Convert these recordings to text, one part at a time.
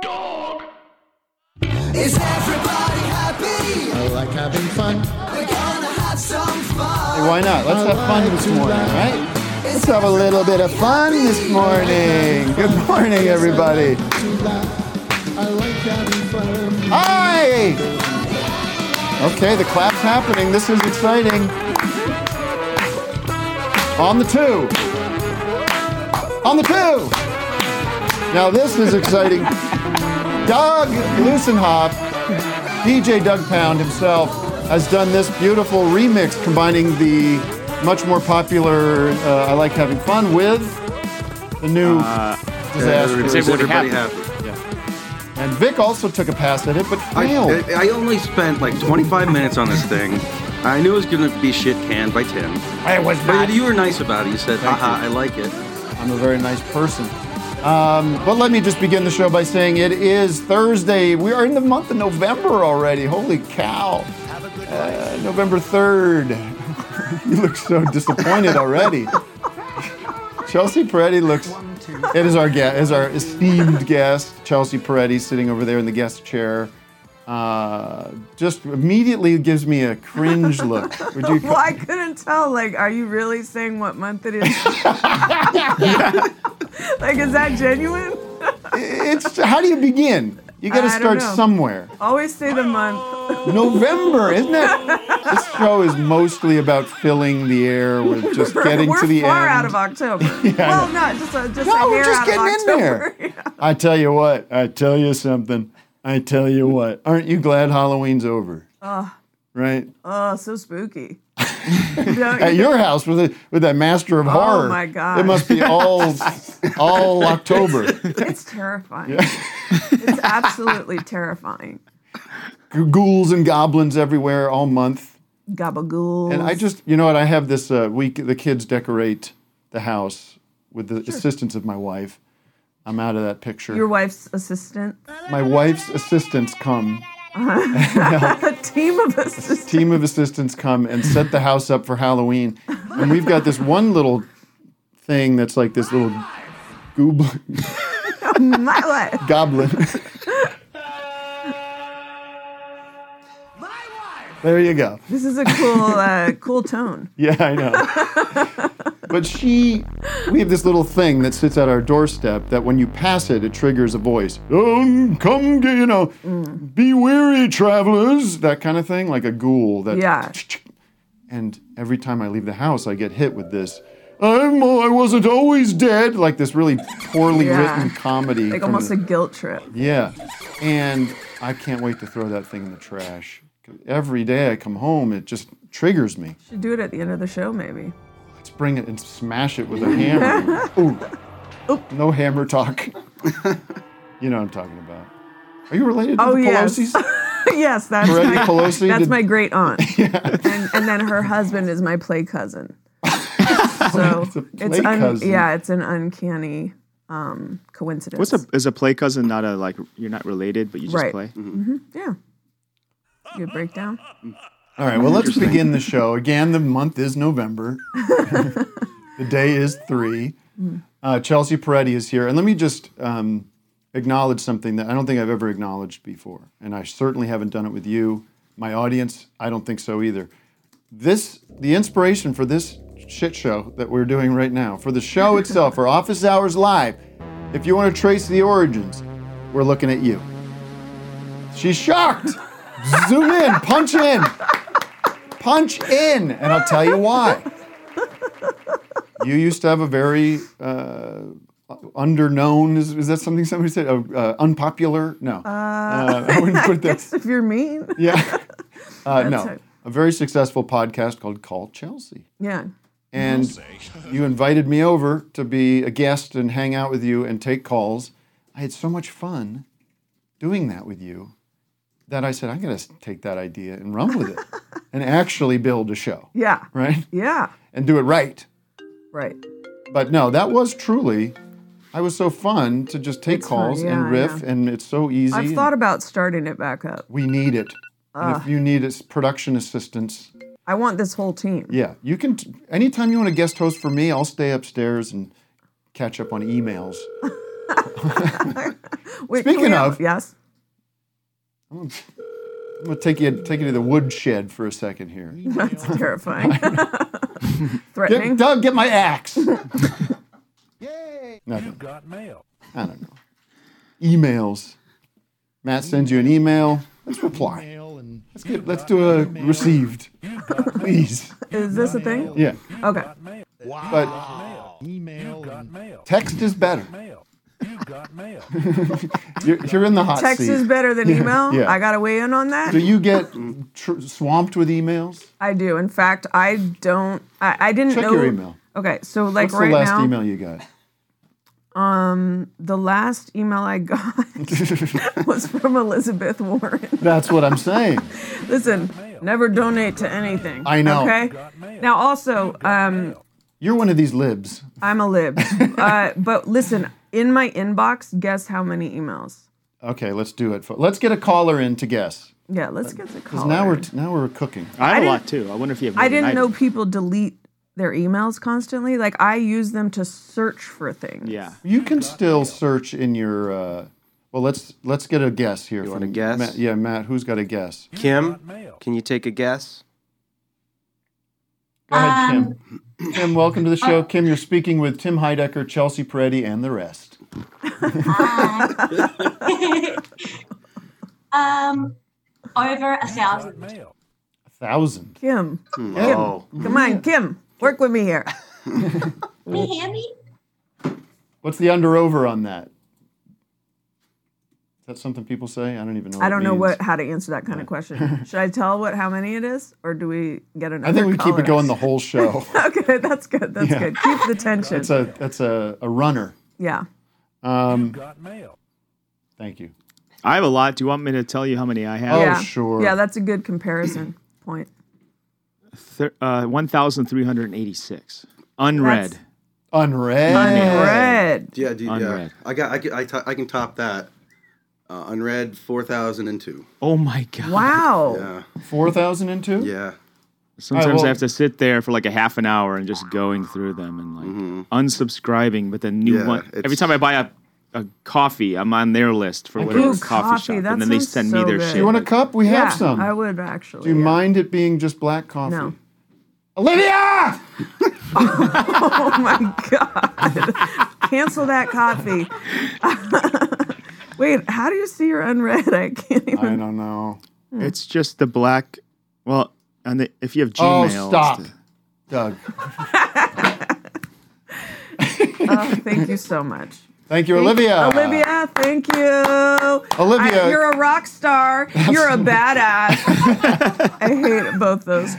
Dog. Is everybody happy? I like having fun. We're gonna have some fun. Why not? Let's have fun this morning, right? Let's have a little bit of fun this morning. Good morning, everybody. I like having fun. Hi! Okay, the clap's happening. This is exciting. On the two. On the two. Now this is exciting. Doug Lusenhoff, DJ Doug Pound himself, has done this beautiful remix combining the much more popular uh, I Like Having Fun with the new disaster. Is Uh, everybody happy? And Vic also took a pass at it, but failed. I, I only spent like 25 minutes on this thing. I knew it was going to be shit canned by Tim. I was But you were nice about it. You said, haha, I like it. I'm a very nice person. Um, but let me just begin the show by saying it is Thursday. We are in the month of November already. Holy cow. Uh, November 3rd. you look so disappointed already. Chelsea Peretti looks. It is our guest, is our esteemed guest, Chelsea Peretti, sitting over there in the guest chair. Uh, just immediately gives me a cringe look. Would you? Well, I couldn't tell. Like, are you really saying what month it is? like, is that genuine? It's how do you begin? You got to I don't start know. somewhere. Always say the month. November, isn't it? this show is mostly about filling the air with just getting we're to the far end. out of October. well, not just a, just no, a hair we're just out of getting in October. there. I tell you what, I tell you something. I tell you what. Aren't you glad Halloween's over? right? Oh, so spooky. Don't At you- your house with the, with that master of horror. Oh my God. It must be all all October. it's terrifying. it's absolutely terrifying. Ghouls and goblins everywhere all month. Gabagool. And I just, you know what? I have this uh, week. The kids decorate the house with the assistance of my wife. I'm out of that picture. your wife's assistant, my wife's assistants come. a team of assistants. Team of assistants come and set the house up for Halloween. And we've got this one little thing that's like this little goobl- My wife. goblin. there you go. This is a cool, uh, cool tone. Yeah, I know. but she, we have this little thing that sits at our doorstep that when you pass it, it triggers a voice. Um, come, get, you know, Mm. be weary, travelers, that kind of thing, like a ghoul. That Yeah. And every time I leave the house, I get hit with this. I'm, I wasn't always dead, like this really poorly Yeah. written comedy. Like from almost the- a guilt trip. yeah. And I can't wait to throw that thing in the trash. Every day I come home, it just triggers me. Should do it at the end of the show, maybe. Let's bring it and smash it with a hammer. Ooh. No hammer talk. you know what I'm talking about. Are you related to Oh, the yes. Pelosi's? yes, that's Peretti my, Pelosi that's did- my great aunt. And, and then her husband is my play cousin. So play it's, cousin. yeah, it's an uncanny um, coincidence. What's a is a play cousin not a like you're not related but you just Right. play? Mm-hmm. yeah? Good breakdown. All right, well, let's begin the show. Again, the month is November. the day is three. Uh, Chelsea Peretti is here. And let me just um, acknowledge something that I don't think I've ever acknowledged before. And I certainly haven't done it with you. My audience, I don't think so either. This, the inspiration for this shit show that we're doing right now, for the show itself, for Office Hours Live, If you want to trace the origins, we're looking at you. She's shocked. Zoom in, punch in, punch in, and I'll tell you why. You used to have a very uh, underknown. Is, is that something somebody said? Uh, uh, unpopular? No, uh, I wouldn't put that. If you're mean, Yeah, uh, no, it. a very successful podcast called Call Chelsea yeah. and you invited me over to be a guest and hang out with you and take calls. I had so much fun doing that with you that I said, I'm going to take that idea and run with it and actually build a show, Yeah. right? Yeah. And do it right. Right. But no, that was truly, I was so fun to just take It's fun, calls yeah, and riff, yeah. and it's so easy. I've and thought about starting it back up. we need it. And if you need it's production assistance, I want this whole team. Yeah, you can. T- anytime you want a guest host for me, I'll stay upstairs and catch up on emails. Wait, Speaking can we have- of- yes. I'm gonna take you take you to the woodshed for a second here. That's terrifying. Threatening. Get, Doug, get my axe. Nothing. Got mail. I don't know. Emails. Matt sends you an email. Let's reply. Let's get. Let's do a received. Please. Is this a thing? Yeah. Okay. But You got mail. text is better. Mail. You got mail. You're, you're in the hot Text seat. is better than email. yeah. I got to weigh in on that. Do you get tr- swamped with emails? I do. In fact, I don't. I, I didn't Check know. your email. Okay, so like What's right the last now, email you got? the last email I got was from Elizabeth Warren. That's what I'm saying. Listen, never donate to anything. I know. Okay. Now also, um, You're one of these libs. I'm a lib, uh, but listen, in my inbox, guess how many emails? Okay, let's do it. Let's get a caller in to guess. Yeah, let's get the Because call. Uh, now we're now we're cooking. I have a didn't- lot too. I wonder if you have. more I than didn't know do. people delete their emails constantly. Like I use them to search for things. Yeah. You can still search in your. Uh, well, let's let's get a guess here. You want a guess? Matt, yeah, Matt. Who's got a guess? Kim, can you take a guess? Go ahead, Um, Kim. Kim, welcome to the Uh, show. Kim, you're speaking with Tim Heidecker, Chelsea Peretti, and the rest. Um, over a thousand. Mail. A thousand. Kim, Hmm. Oh, come on, Kim, work with me here. Can you hear me? What's the under over on that? Is that something people say? I don't even know. What I don't it know means. what how to answer that kind of question. Should I tell what how many it is, or do we get another? I think we keep caller? it going the whole show. okay, that's good. That's good. Keep the tension. that's a that's a, a runner. yeah. Um, Got mail. thank you. I have a lot. Do you want me to tell you how many I have? Oh, yeah. sure. Yeah, that's a good comparison point. Thir- uh, One thousand three hundred eighty-six unread. That's- Unread. Red. yeah, dude, yeah. Unread. I got, I can, I to- I can top that. Uh, unread four thousand and two. Oh my god! Wow. Yeah, Four thousand and two. yeah. Sometimes well- I have to sit there for like a half an hour and just going through them and like Mm-hmm. unsubscribing. But then new Yeah, one it's- every time I buy a, a coffee, I'm on their list for whatever Ooh, coffee, coffee, shop, that and then they sounds send so me their good. shit. You want a cup? We Yeah, have some. I would actually. Do you yeah. mind it being just black coffee? No. Olivia! Oh my god. Cancel that coffee. Wait, how do you see your unread? I can't even. I don't know. It's just the black. Well, and the, if you have Oh, Gmail, stop. Doug. Oh, thank you so much. Thank you, Thank- Olivia. Olivia, thank you. Olivia- I- you're a rock star. You're a badass. I hate both those.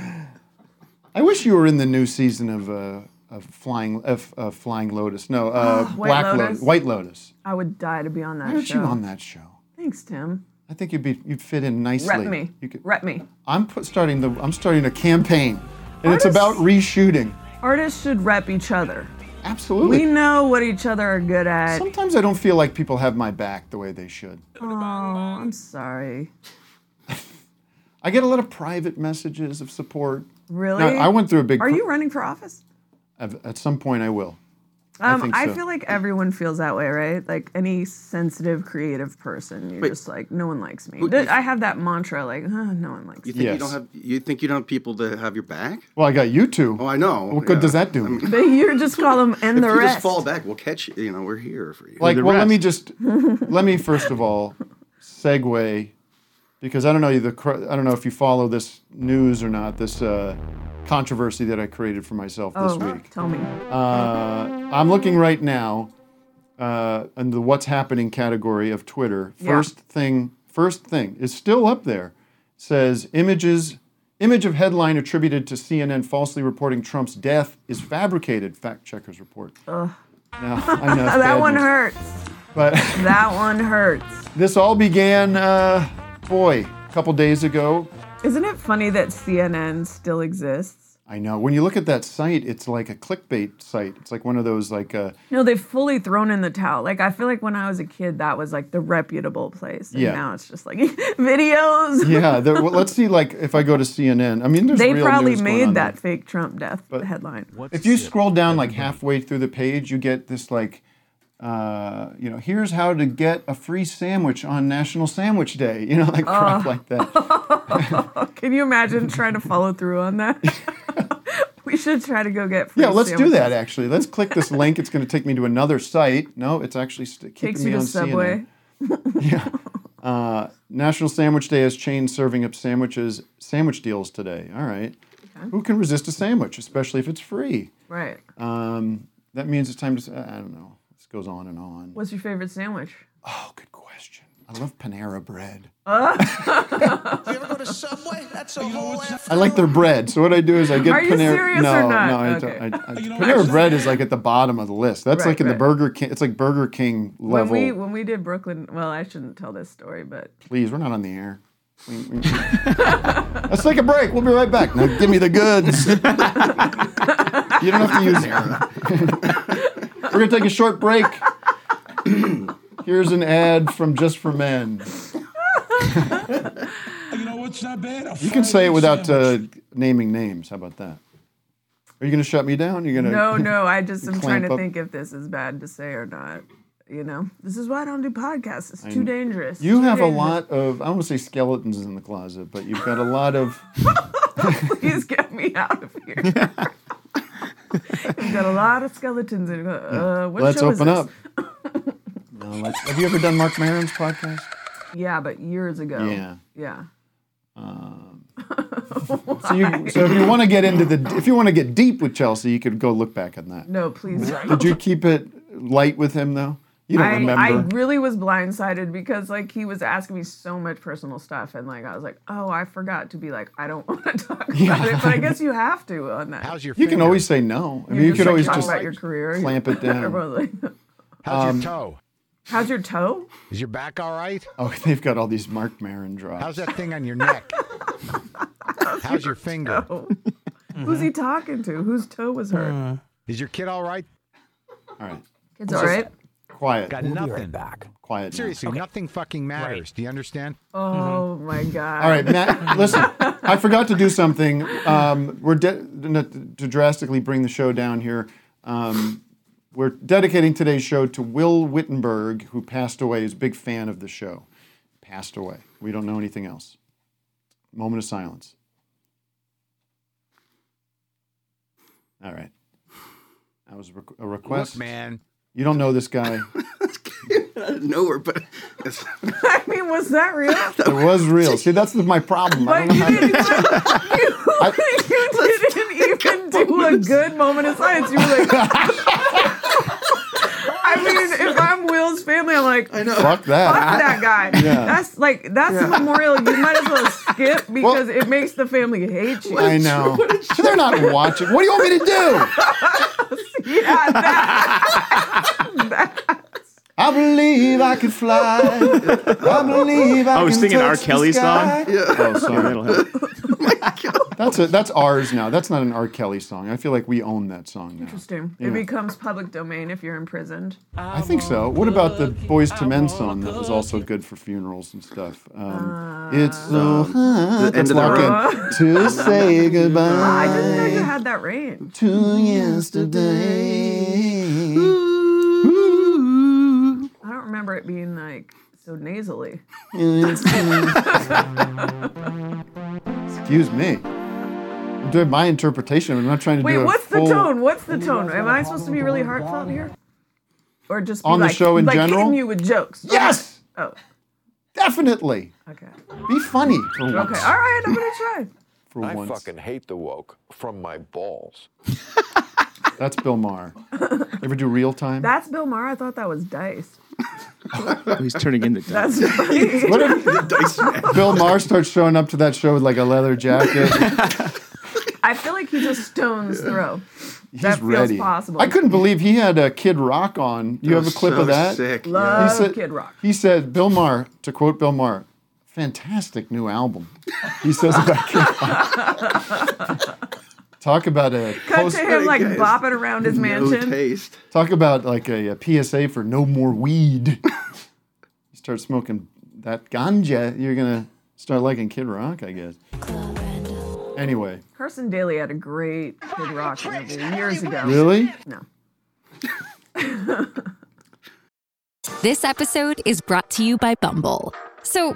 I wish you were in the new season of uh, of Flying of, uh, Flying Lotus. No, uh, White Black Lotus. White Lotus. I would die to be on that Why aren't show. you on that show? Thanks, Tim. I think you'd be you'd fit in nicely. Rep me. You could- Rep me. I'm put, starting the I'm starting a campaign, and it's Artists- about reshooting. Artists should rep each other. Absolutely. We know what each other are good at. Sometimes I don't feel like people have my back the way they should. Oh, I'm sorry. I get a lot of private messages of support. Really? Now, I went through a big. Are you running for office? At at some point, I will. I Um, think I, so. feel like everyone feels that way, right? Like any sensitive, creative person, you're Wait. just like, no one likes me. Who- Th- I have that mantra, like, huh, no one likes You me. think you Yes. don't have you think you don't have people that have your back? Well, I got you two. Oh, I know. what good yeah. does that do? me? But you just call them and If the you rest. just fall back, we'll catch you. You know, we're here for you. like, the well, let rest. me just let me first of all segue because I don't know you the cr- I don't know if you follow this news or not. This uh, controversy that I created for myself oh, this week. tell me. Oh, Uh, I'm looking right now uh, in the what's happening category of Twitter. Yeah. First thing, first thing is still up there. Says images, image of headline attributed to CNN falsely reporting Trump's death is fabricated. Fact checkers report. Ugh. I know. it's that bad one news. hurts. But That one hurts. this all began, uh, boy, a couple days ago. Isn't it funny that CNN still exists? I know. When you look at that site, it's like a clickbait site. It's like one of those like. Uh, No, they've fully thrown in the towel. Like I feel like when I was a kid, that was like the reputable place, and Yeah. now it's just like videos. yeah, there, well, let's see. Like, if I go to CNN, I mean, there's they real probably news going on made there. that fake Trump death headline. If you scroll down like halfway through the page, you get this like, uh, you know, here's how to get a free sandwich on National Sandwich Day. You know, like Ah. crap like that. Can you imagine trying to follow through on that? we should try to go get. Free Yeah, let's do sandwiches. that. Actually, let's click this link. It's going to take me to another site. No, it's actually st- keeping Takes me you to on Subway. CNN. Yeah. Uh, National Sandwich Day has chains serving up sandwiches, sandwich deals today. All right. Who can resist a sandwich, especially if it's free? Right. Um, that means it's time to. s- I don't know. This goes on and on. What's your favorite sandwich? Oh, good question. I love Panera bread. You ever go to Subway? That's a whole ass. I like their bread. So what I do is I get Are you Panera. serious no, or not? no, I Okay. don't. I, I, Panera bread is like at the bottom of the list. That's Right, like in the right. Burger King. It's like Burger King When level. we when we did Brooklyn, well, I shouldn't tell this story, but Please, we're not on the air. We- we- Let's take a break. We'll be right back. Now give me the goods. you don't have to use. we're gonna take a short break. Here's an ad from Just for Men. You know what's not bad? A You can say it without uh, naming names. How about that? Are you going to shut me down? You're going to no, no, I just am trying clamp to up. think if this is bad to say or not. You know, this is why I don't do podcasts. It's too dangerous. It's You too have a dangerous. lot of I don't want to say skeletons in the closet, but you've got a lot of Please get me out of here. We've got a lot of skeletons in. Uh, what let's show is open this? up. no, let's, have you ever done Mark Maron's podcast? Yeah, but years ago. Yeah. Yeah. So, you, so if you want to get into the if you want to get deep with Chelsea, you could go look back on that. No, please. don't. Did you keep it light with him though? You don't I, remember. I really was blindsided because like he was asking me so much personal stuff and like I was like, oh, I forgot to be like, I don't want to talk about it, but I guess you have to on that. How's your you can always say no. I mean, you just, could like, always talk just about your career. clamp it down. Um, Everyone's like, How's your toe? How's your toe? Is your back all right? Oh, they've got all these Mark Maron drops. How's that thing on your neck? How's your finger? Mm-hmm. Who's he talking to? Whose toe was hurt? Uh, Is your kid all right? All right, It's all right. quiet, Got nothing. quiet. now. Seriously, nothing fucking matters. Do you understand? Oh my god. Mm-hmm. All right, Matt. listen, I forgot to do something. Um, we're de- n- to drastically bring the show down here. Um, we're dedicating today's show to Will Wittenberg, who passed away. Is a big fan of the show. Passed away. We don't know anything else. Moment of silence. All right. That was a requ- a request. Look, man. You don't know this guy. Out of nowhere, but it's, I mean, was that real? It was real. See, that's my problem. I don't But know you how to- didn't, you didn't even do a good moment of silence. You were like, I mean, if I'm Will's family, I'm like, fuck Fuck that. that guy. That's like, that's a memorial you might as well skip because it makes the family hate you. I know. They're not watching. What do you want me to do? yeah, that, I believe I can fly. I believe I, I can was Oh, singing touch R. the Kelly sky. song. Oh, sorry. That'll help. That's a, that's ours now. That's not an R. Kelly song. I feel like we own that song now. Interesting. It becomes public domain if you're imprisoned. I think so. What about the Boys to Men song that was also good for funerals and stuff? Um, Ah. it's so hard. the end Let's of the lock in. To say I goodbye didn't know you had that range. to yesterday. I don't remember it being like so nasally. Excuse me. I'm doing my interpretation. I'm not trying to Wait, do a what's the full- tone? What's the tone? Am I supposed to be really heartfelt here? Or just be On the like, show in like general? hitting you with jokes? Yes! Oh, Definitely. okay. Be funny for Okay, all once. right, I'm gonna try. Oh, For I once. fucking hate the woke from my balls. That's Bill Maher. Ever do real time? That's Bill Maher. I thought that was Dice. Oh, He's turning into That's funny. What if- Bill Maher starts showing up to that show with like a leather jacket. I feel like he's a stone's throw. He's that feels ready. possible. I couldn't believe he had a Kid Rock on. You have a clip so of that? sick. He Love said- Kid Rock. He said, Bill Maher, to quote Bill Maher, fantastic new album. He says about Kid Rock. Talk about a Cut post, to him like guys. bopping around his mansion. No taste. talk about like a, a PSA for no more weed. you start smoking that ganja, you're gonna start liking Kid Rock, I guess. Anyway, Carson Daly had a great Kid Rock interview years ago. really? No. This episode is brought to you by Bumble. So,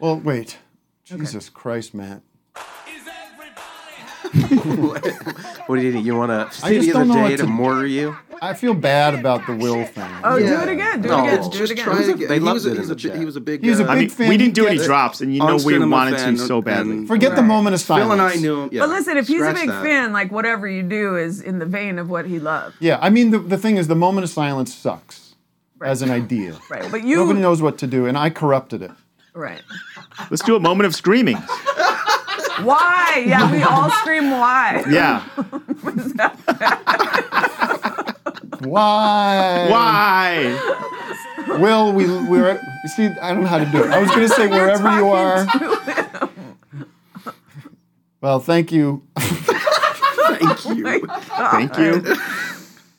Well, wait. Jesus Christ, Matt. What do you need? You want to I stay just the don't know other what day to to- more you? I feel bad about the Will thing. Oh, do it again. Do it No, again. it's Do just it again. try it again. They He loved was it a- in he's the a big- He was a big. He was a uh, big fan. we didn't do He any gets- drops, and you know on we cinema wanted fan to so and- badly. Forget the moment of silence. Phil and I knew him. Yeah, but listen, if he's a scratch big that. fan, like whatever you do is in the vein of what he loved. Yeah, I mean, the, the thing is, the moment of silence sucks as an idea. Right. But you Nobody knows what to do, and I corrupted it. Right. Let's do a moment of screaming. Why? Yeah, we all scream why. Yeah. Why? Why? Will, we, we're, you see, I don't know how to do it. I was going to say, wherever you are. Well, thank you. Thank you. Thank you.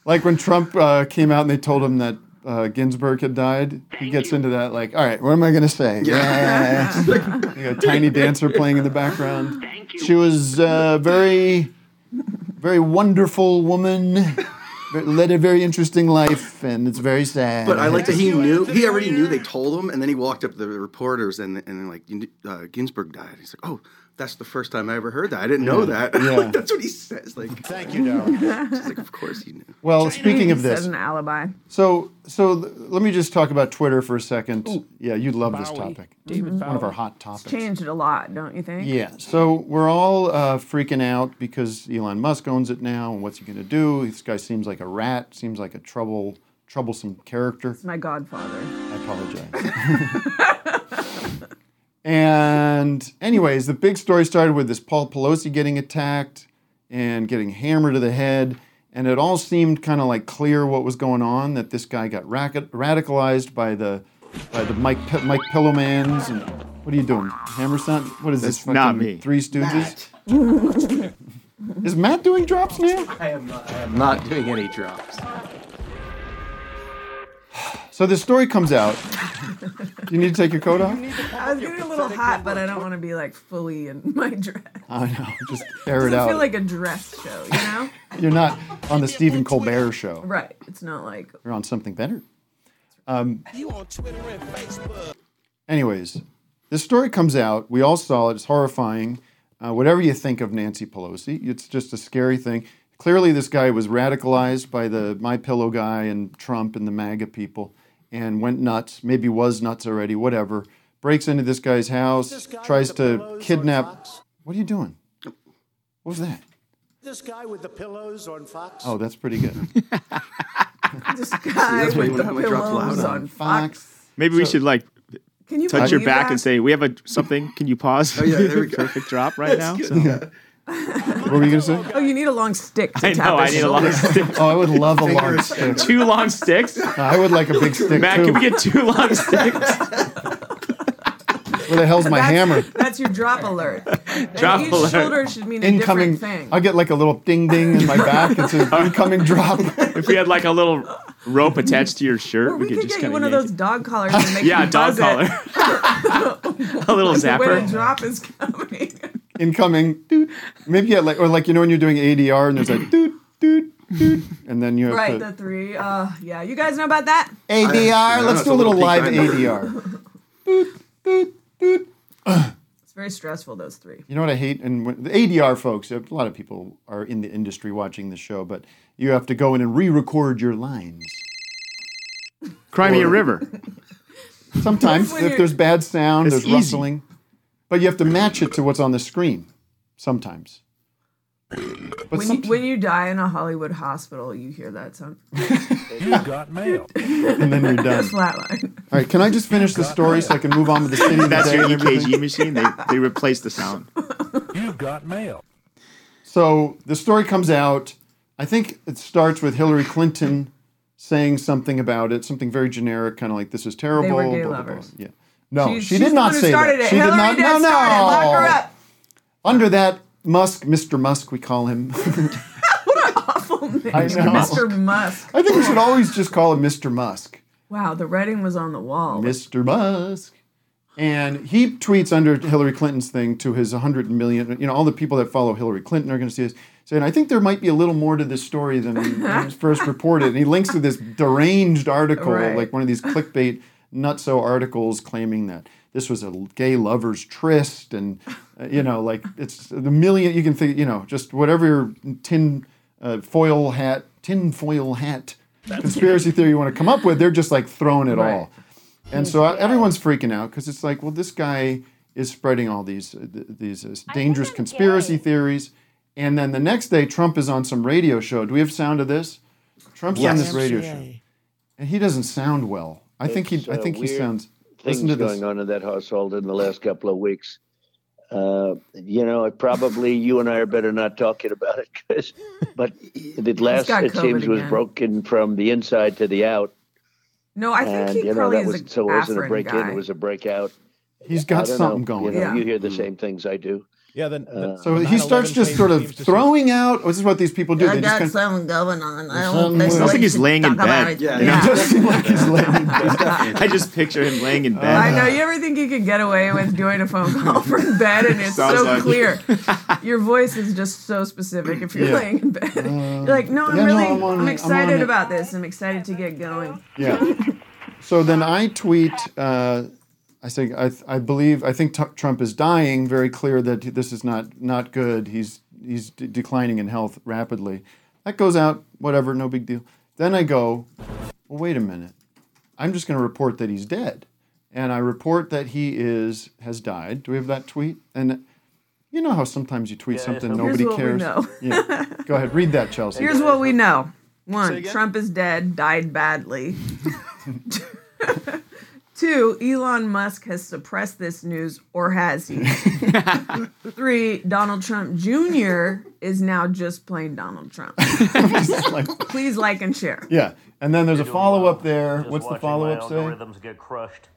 Like when Trump uh, came out and they told him that uh, Ginsburg had died, he gets into that, like, all right, what am I going to say? Yeah. you got a tiny dancer playing in the background. Thank you. She was a very, very wonderful woman, ve- led a very interesting life, and it's very sad. But I like that he knew. He already knew they told him, and then he walked up to the reporters, and and they're like "You kn- uh, Ginsburg died. He's like, oh, that's the first time I ever heard that. I didn't know Yeah, that. yeah. like, that's what he says. Like, Thank you, Darren. she's like, of course he knew. Well, speaking of He this, said an alibi. So, so th- let me just talk about Twitter for a second. yeah, you love this Bowie. topic. David One of Bowie. our hot topics. Changed a lot, don't you think? Yeah. So we're all uh, freaking out because Elon Musk owns it now, and what's he going to do? This guy seems like a rat. Seems like a trouble, troublesome character. It's my godfather. I apologize. and anyways, the big story started with this Paul Pelosi getting attacked and getting hammered to the head. And it all seemed kind of like clear what was going on, that this guy got racket, radicalized by the by the Mike P- Mike Pillowmans and what are you doing? Hammer sound? What is this? That's not fucking me. Three Stooges. Is Matt doing drops now? I am not, I am not doing any drops. So this story comes out. Do you need to take your coat off? I was getting a little hot, but I don't want to be like fully in my dress. I know. Just air It it doesn't out. feel like a dress show, you know? You're not on the Stephen Colbert show. right. It's not like You're on something better. Um, anyways, this story comes out. We all saw it. It's horrifying. Uh, whatever you think of Nancy Pelosi, it's just a scary thing. Clearly, this guy was radicalized by the My Pillow guy and Trump and the MAGA people, and went nuts. Maybe was nuts already. Whatever. breaks into this guy's house, tries to kidnap. What are you doing? What was that? This guy with the pillows on Fox. Oh, that's pretty good. This guy that's why you with the went- went dropped pillows loud on on Fox. Maybe we should like Can you touch your believe back that? and say, "We have a something. Can you pause?" Oh, yeah, there we go. Perfect drop right now. That's So- what were you gonna say? Oh, you need a long stick. To I tap know. I his need a long shoulder. stick. Oh, I would love a long stick. Two long sticks. I would like a big stick Matt, too. can we get two long sticks? Where the hell's my That's- hammer? That's your drop alert. And Drop each alert. shoulder should mean a Incoming. different I thing. get like a little ding ding in my back. It says incoming drop. if we had like a little rope attached to your shirt, Or we, could just get you kind one of. of those dog collars and make Yeah, you dog buzz collar. It. a little Like, When zapper. a drop is coming. Incoming. Doot. Maybe yeah, like or like you know when you're doing ADR and there's like doot doot doot, and then you have right, to. the three. Uh, yeah, you guys know about that? ADR. let's do a little live ADR. It's very stressful, those three. You know what I hate? And when, the ADR folks, a lot of people are in the industry watching the show, but you have to go in and re record your lines. Crimea Or- River. Sometimes, When if you- there's bad sound, It's there's easy. rustling, but you have to match it to what's on the screen sometimes. But when, some, you, when you die in a Hollywood hospital, you hear that sound. You got mail. and then you're done. All Flatline. right, can I just finish the story so I can move on with the city of the That's day your E and everything? EKG machine. They they replace the sound. You got mail. So the story comes out. I think it starts with Hillary Clinton saying something about it, something very generic, kind of like "This is terrible." gay blah, blah, blah. lovers. Yeah. No, She's- Oh, she she's did the not one who say started that. it. She Hillary did not. did no, no. start it. Lock her up. Under that, Musk, Mr. Musk, we call him. I know. Mr. Musk. I think we should always just call him Mr. Musk. Wow, the writing was on the wall. Mr. Musk. And he tweets under Hillary Clinton's thing to his 100 million, you know, all the people that follow Hillary Clinton are going to see this. Saying, I think there might be a little more to this story than was first reported. And he links to this deranged article, Right. like one of these clickbait nutso articles claiming that this was a gay lover's tryst. And, uh, you know, like it's the million, you can think, you know, just whatever your tin uh, foil hat, tin foil hat conspiracy theory you want to come up with, they're just like throwing it Right. all. And so I- everyone's freaking out because it's like, well, this guy is spreading all these uh, th- these uh, dangerous conspiracy theories. And then the next day, Trump is on some radio show. Do we have sound of this? Trump's on this radio show, and he doesn't sound well. I think he. It's, I uh, think he weird sounds. things Listen to going this. on in that household in the last couple of weeks. Uh, you know, it probably you and I are better not talking about it because, but it last got it seems COVID was again. broken from the inside to the out, No, I think and he you know probably that was is a so it wasn't a Afrin break in, guy. it was a breakout. He's got I don't something know, going. You, know, Yeah. you hear the same things I do. Yeah, then. Uh, So he starts just sort of throwing out. oh, This is what these people do. They just kind of, something going on. I Something think Sounds like we he's should laying in talk about bed. it. Yeah. Yeah. it does seem like he's laying. I just picture him laying in I bed. know. You ever think you could get away with doing a phone call from bed and it's Sounds so like- clear? Your voice is just so specific if you're Yeah. laying in bed. You're like, no, I'm Um, yeah, no, really, I'm on I'm, it, I'm on excited it." about this. I'm excited to get going. Yeah. So then I tweet. Uh, I think I, I believe I think t- Trump is dying. Very clear that this is not not good. He's he's de- declining in health rapidly. That goes out. Whatever, no big deal. Then I go. Well, wait a minute. I'm just going to report that he's dead, and I report that he is has died. Do we have that tweet? And you know how sometimes you tweet something nobody Here's what we cares. know. Yeah. Go ahead, read that, Chelsea. Here's what we know. One, Trump is dead, died badly. Two, Elon Musk has suppressed this news, or has he? Three, Donald Trump Jr. is now just plain Donald Trump. Just like- Please like and share. yeah, and then there's a follow uh, up there. What's the follow up say? get crushed.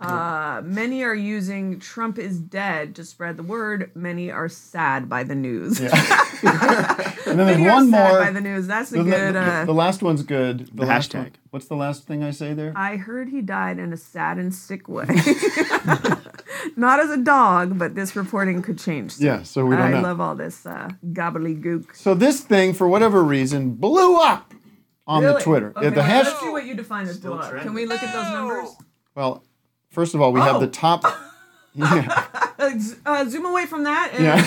Uh, many are using Trump is dead to spread the word. Many are sad by the news. And then there's Many are one sad more. by the news. That's a the, good. the- uh, the last one's good. The, The last hashtag. one- What's the last thing I say there? I heard he died in a sad and sick way. Not as a dog, but this reporting could change. soon. Yeah, so we don't I know. love all this uh, gobbledygook. so this thing, for whatever reason, blew up on the Really? Twitter. Okay, the well, hash- let's see what you define as blow up. Can we look at those numbers? well, first of all, we have Oh. the top. Yeah. Uh, z- uh, zoom away from that. And, yeah.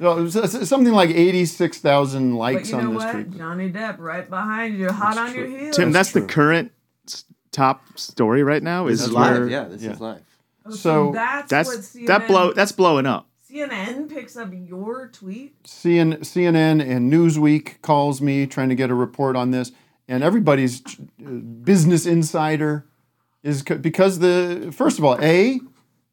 Well, it was, uh, something like 86,000 but likes you know on this what? tweet. Johnny Depp right behind you, hot on your heels. Tim, that's, the current s- top story right now. This is is live, where- yeah, this is live. Oh, So- that's, what that's CNN, that blow that's blowing up. CNN picks up your tweet. CN, CNN and Newsweek calls me trying to get a report on this, and everybody's uh, Business Insider is co- because the first of all, a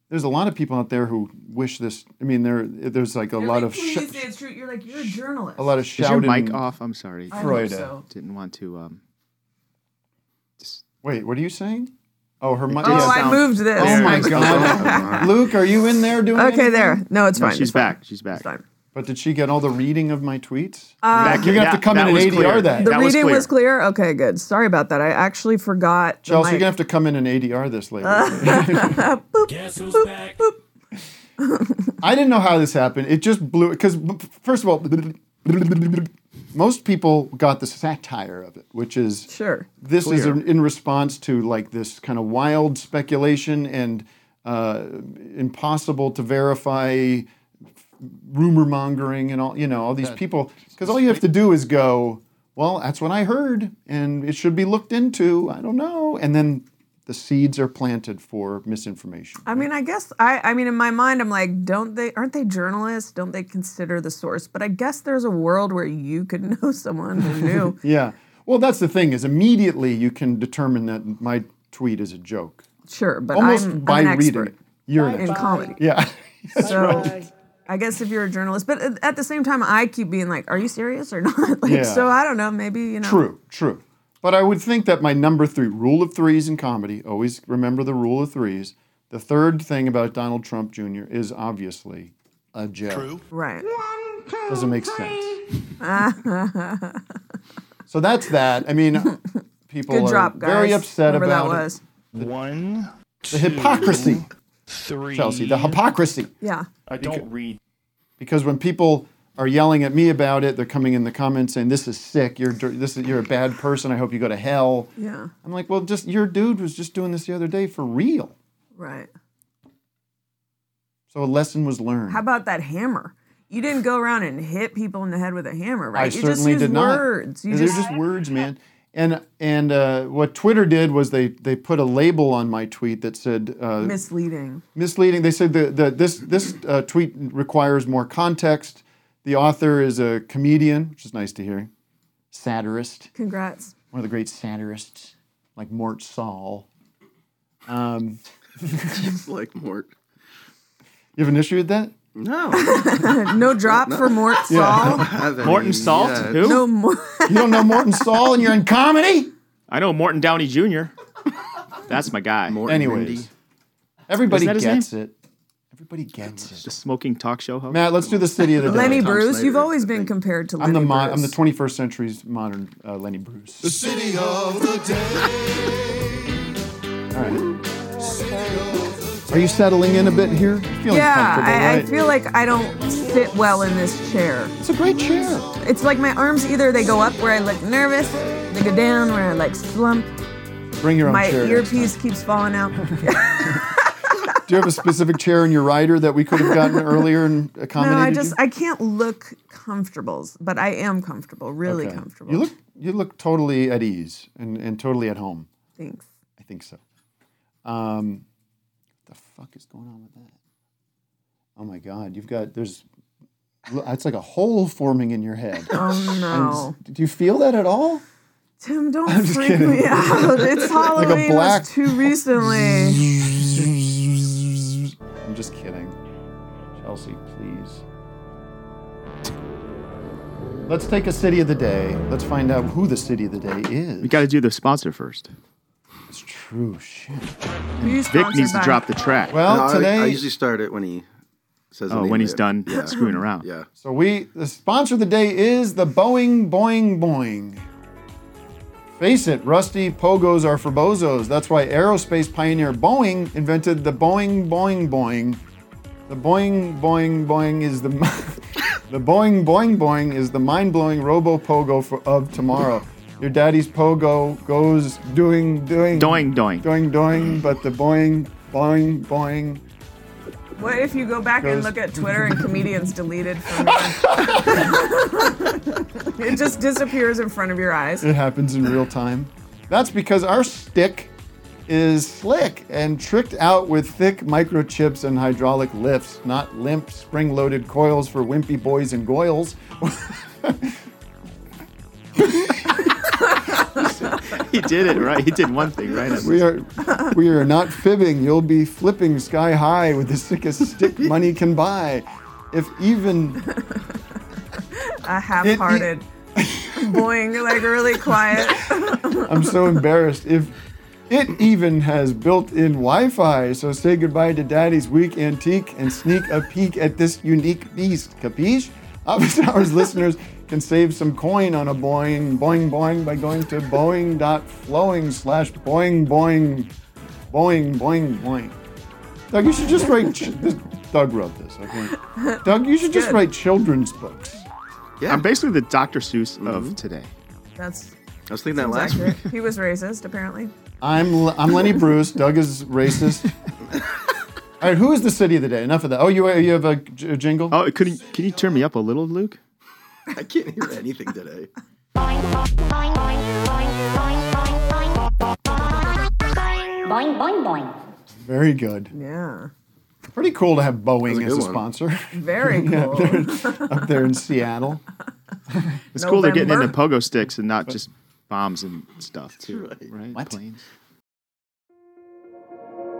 there's a lot of people out there who wish this. I mean, there there's like a lot of Please sh- say it's true. You're like you're a journalist. a lot of Is your shouting. mic off? I'm sorry. I hope Freud. so. Didn't want to. Um, Wait, what are you saying? Oh, her mic. Oh, I moved this. Oh my There. god, Luke, are you in there doing? Okay, anything? there. No, it's fine. she's it's fine. back. She's back. But did she get all the reading of my tweets? Uh, Back- You're gonna have that- to come that in and was ADR clear. that. The reading was clear. Okay, good. Sorry about that. I actually forgot. the Chelsea, you're mic. gonna have to come in and ADR this later. I didn't know how this happened. It just blew because first of all, most people got the satire of it, which is sure. This is Clear. in in response to like this kind of wild speculation and uh, impossible to verify rumor mongering and all you know all these That- people because all you have to do is go well that's what i heard and it should be looked into i don't know and then the seeds are planted for misinformation I mean, I guess I. I mean, in my mind, I'm like, don't they? Aren't they journalists? Don't they consider the source? But I guess there's a world where you could know someone who knew. yeah well that's the thing is immediately you can determine that my tweet is a joke sure, but almost I'm, by I'm an reading expert it you're an in expert. comedy. yeah So I guess if you're a journalist, but at- at the same time, I keep being like, "Are you serious or not?" Like, Yeah. So I don't know. Maybe you know. True, true. But I would think that my number three rule of threes in comedy, always remember the rule of threes. The third thing about Donald Trump Jr. is obviously a joke. True. Right. Doesn't make sense. So that's that. I mean, people Good are drop, guys. very upset Whatever about that it. was. One, the hypocrisy. Three. Chelsea, the hypocrisy. Yeah. I don't read. Because when people are yelling at me about it, they're coming in the comments saying, "This is sick. You're dir- this is you're a bad person. I hope you go to hell." Yeah. I'm like, well, just your dude was just doing this the other day for real. Right. So a lesson was learned. How about that hammer? You didn't go around and hit people in the head with a hammer, right? I you certainly did just used not. words. You They're just, just, words, man. And and uh, what Twitter did was they they put a label on my tweet that said uh, misleading. misleading. They said that the, this this uh, tweet requires more context. The author is a comedian, which is nice to hear. Satirist. Congrats. one of the great satirists, like Mort Saul. Um, Just like Mort. you have an issue with that? No. no drop for Mort Yeah. Saul. Morton Salt? Who? No more. You don't know Morton Saul and you're in comedy? I know Morton Downey Jr. That's my guy. Morton Anyways, everybody Isn't that his gets it. Everybody gets it. The smoking talk show host. Matt, let's do the city of the Lenny day. Bruce. You've always been compared to I'm Lenny the mo- Bruce. I'm the 21st century's modern uh, Lenny Bruce. The city of the day. All right. Are you settling in a bit here? Feeling yeah, comfortable, I, I right? feel like I don't sit well in this chair. It's a great chair. It's like my arms either they go up where I look nervous, they go down where I like slump. Bring your own My chair. earpiece keeps falling out. Do you have a specific chair in your rider that we could have gotten earlier and accommodated no, I you? just I can't look comfortable, but I am comfortable, really Okay. comfortable. You look you look totally at ease and, and totally at home. Thanks. I think so. Um, what the fuck is going on with that? Oh my god, you've got there's look, it's like a hole forming in your head. Oh no, And s- do you feel that at all? Tim, don't I'm just freak kidding. me out. It's Halloween like a black. was too recently. I'm just kidding. Chelsea, please. Let's take a city of the day. Let's find out who the city of the day is. We got to do the sponsor first. It's true shit. Vic needs to drop the track. Well, No, I- today I, usually start it when he says. the Oh, name when of he's it. done Yeah. screwing around. Yeah. So we the sponsor of the day is the Boeing Boeing Boeing. Face it, rusty pogos are for bozos. That's why aerospace pioneer Boeing invented the Boeing Boeing Boeing. The Boeing Boeing Boeing is the the Boeing Boeing Boeing is the mind-blowing robo pogo for, of tomorrow. Your daddy's pogo goes doing doing Doing, doing. doing doing, but the Boeing Boeing Boeing What if you go back and Goes- look at Twitter and comedians deleted from there? it just disappears in front of your eyes. It happens in real time. That's because our stick is slick and tricked out with thick microchips and hydraulic lifts, not limp spring loaded coils for wimpy boys and goyles. he did it right. He did one thing right. We are, we are not fibbing. You'll be flipping sky high with the sickest stick money can buy. If even A half-hearted, boing, like really quiet. I'm so embarrassed. If it even has built-in Wi-Fi, so say goodbye to Daddy's weak antique and sneak a peek at this unique beast. Capiche? Office Hours listeners can save some coin on a boing, boing, boing by going to boing.flowing slash boing, boing, boing, boing, boing. Doug, you should just write. Ch- this, Doug wrote this. Okay. Doug, you should just Good. write children's books. Yeah. I'm basically the Dr. Seuss Mm-hmm. of today. That's I was thinking that seems last accurate. He was racist, apparently. I'm I'm Lenny Bruce. Doug is racist. All right, who is the city of the day? Enough of that. Oh, you you have a, j- a jingle? Oh, could you, can you turn me up a little, Luke? I can't hear anything today. Boing, boing, boing. Very good. Yeah. Pretty cool to have Boeing a as a good one. sponsor. Very Yeah, cool. they're up there in Seattle. It's cool they're getting into pogo sticks and not just bombs and stuff too, right? Planes.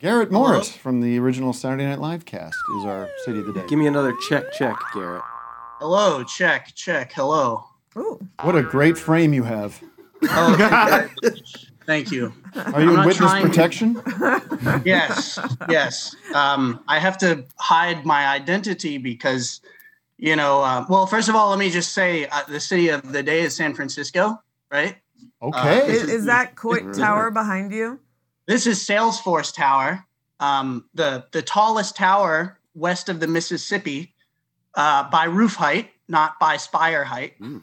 Garrett Morris from the original Saturday Night Live cast is our city of the day. Give me another check, check, Garrett. Hello, check, check, hello. What a great frame you have. Oh, thank you. Are I'm you in not witness trying- Uh, protection? yes, yes. Um, I have to hide my identity because, you know, uh, well, first of all, let me just say uh, the city of the day is San Francisco, right? Okay. Uh, this is, is that Coit Tower behind you? This is Salesforce Tower, um, the the tallest tower west of the Mississippi, uh, by roof height, not by spire height. Mm.